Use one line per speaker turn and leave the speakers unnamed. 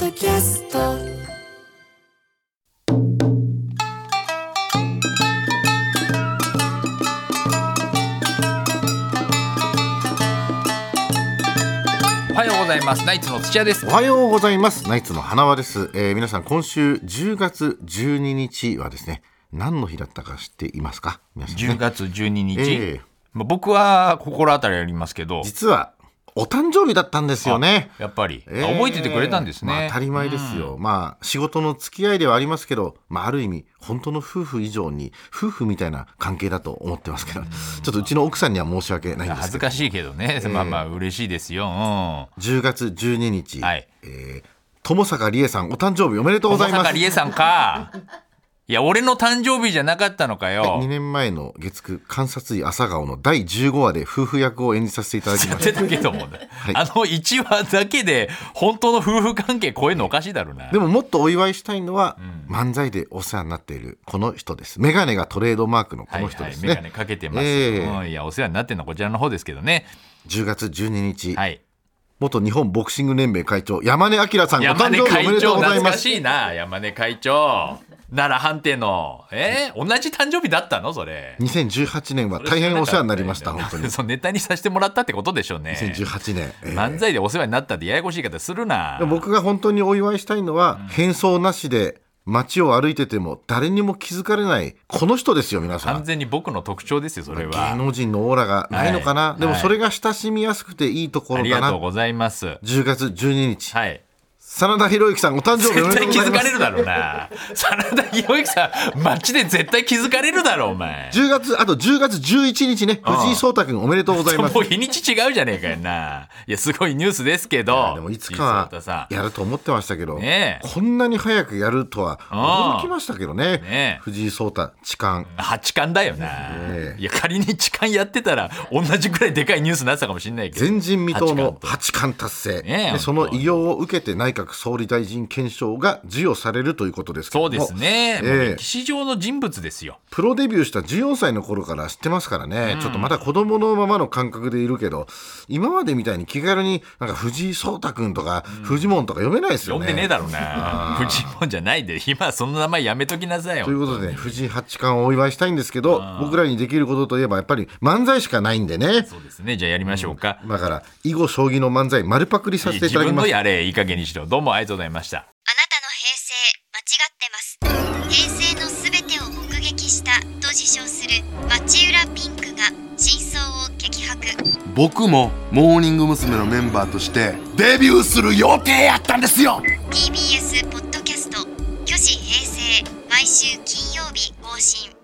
キャスト
おはようございますナイツの土屋です
おはようございます。ナイツの花輪です。えー皆さん、今週10月12日はですね、何の日だったか知っていますか皆さん、ね。
10月12日、
ええ
まあ僕は心当たりありますけど
実は、お誕生日だったんですよね。
やっぱり、あ
えー
覚えててくれたんですね、
まあ当たり前ですよ。まあ、仕事の付き合いではありますけど、まあ、ある意味、本当の夫婦以上に、夫婦みたいな関係だと思ってますけど、ちょっとうちの奥さんには申し訳ないんですけど。
恥ずかしいけどね、まあまあ嬉しいですよ、うん、
10月12日、
はい
えー友坂理恵さん、お誕生日おめでとうございま
坂
す。
理恵さん かいや俺の誕生日じゃなかったのかよ
2年前の月9観察医朝顔の第15話で夫婦役を演じさせていただ き
や
ま
っ
してた
たけどもね、
い
あの1話だけで本当の夫婦関係超えるのおかしいだろうな
でももっとお祝いしたいのは、漫才でお世話になっているこの人ですメガネがトレードマークのこの人ですね、
はいはい、眼鏡かけてます、
ええ
うんいやお世話になってるのはこちらの方ですけどね
10月12日、
はい
元日本ボクシング連盟会長山根明さんお
山
誕
根
生日おめ
会
でと
長
うござい
懐
ま
か
す
しいな山根会長奈良判定のえー、同じ誕生日だったのそれ
2018年は大変お世話になりました本当に
そうネタにさせてもらったってことでしょうね
2018年、えー
漫才でお世話になったってややこしい言い方するな
でも僕が本当にお祝いしたいのは、変装なしで街を歩いてても誰にも気づかれないこの人ですよ皆さん
完全に僕の特徴ですよそれ
芸
は
能人のオーラがないのかな、
はい
でも
はい
それが親しみやすくていいとこ
あ
ろ
り
だ
が
な
とうございます
10月12日、
はい
真田広之さんお誕生日お
絶
めでと
対
うご
気づか
ざいます
れるだろうな真田広之さん街で絶対気づかれるだろうお前
10月あと10月11日ね藤井聡太君おめでとうございます
もう日にち違うじゃねえかよないやすごいニュースですけど
でもいつ
藤井聡
か
太さ
は
ん
やると思ってましたけど、
ねえ
こんなに早くやるとは
ああ
驚きましたけどね
ねえ
藤井聡太痴漢
八冠だよな、
ええ
いや仮に痴漢やってたら同じくらいでかいニュースになってたかもしれないけど
前人未到の
八
八冠達成、
ねえ本当
でその偉業を受けて内閣総理大臣顕彰が授与されるということですけ
そ
ども
うですね、
ええ
もう歴史上の人物ですよ
プロデビューした14歳の頃から知ってますからね、ちょっとまだ子供のままの感覚でいるけど、今までみたいに気軽に、なんか藤井聡太君とか、フジモンとか読めないですよ
呼ん
ね。
でねえだろうな藤井もんじゃないで今その名前やめときなさいよ
ということでね、藤井八冠をお祝いしたいんですけど、僕らにできることといえば、やっぱり漫才しかないんでね。
そうですねじゃあやりましょうか、
だから、囲碁将棋の漫才、丸パクリさせてい
自
ただき
分
ま
の
す。
やれいい加減にしろどうもありがとうございました
あなたの平成間違ってます平成のすべてを目撃したと自称する町浦ピンクが真相を激白
僕もモーニング娘。のメンバーとしてデビューする予定やったんですよ
TBS ポッドキャスト「巨子平成」毎週金曜日更新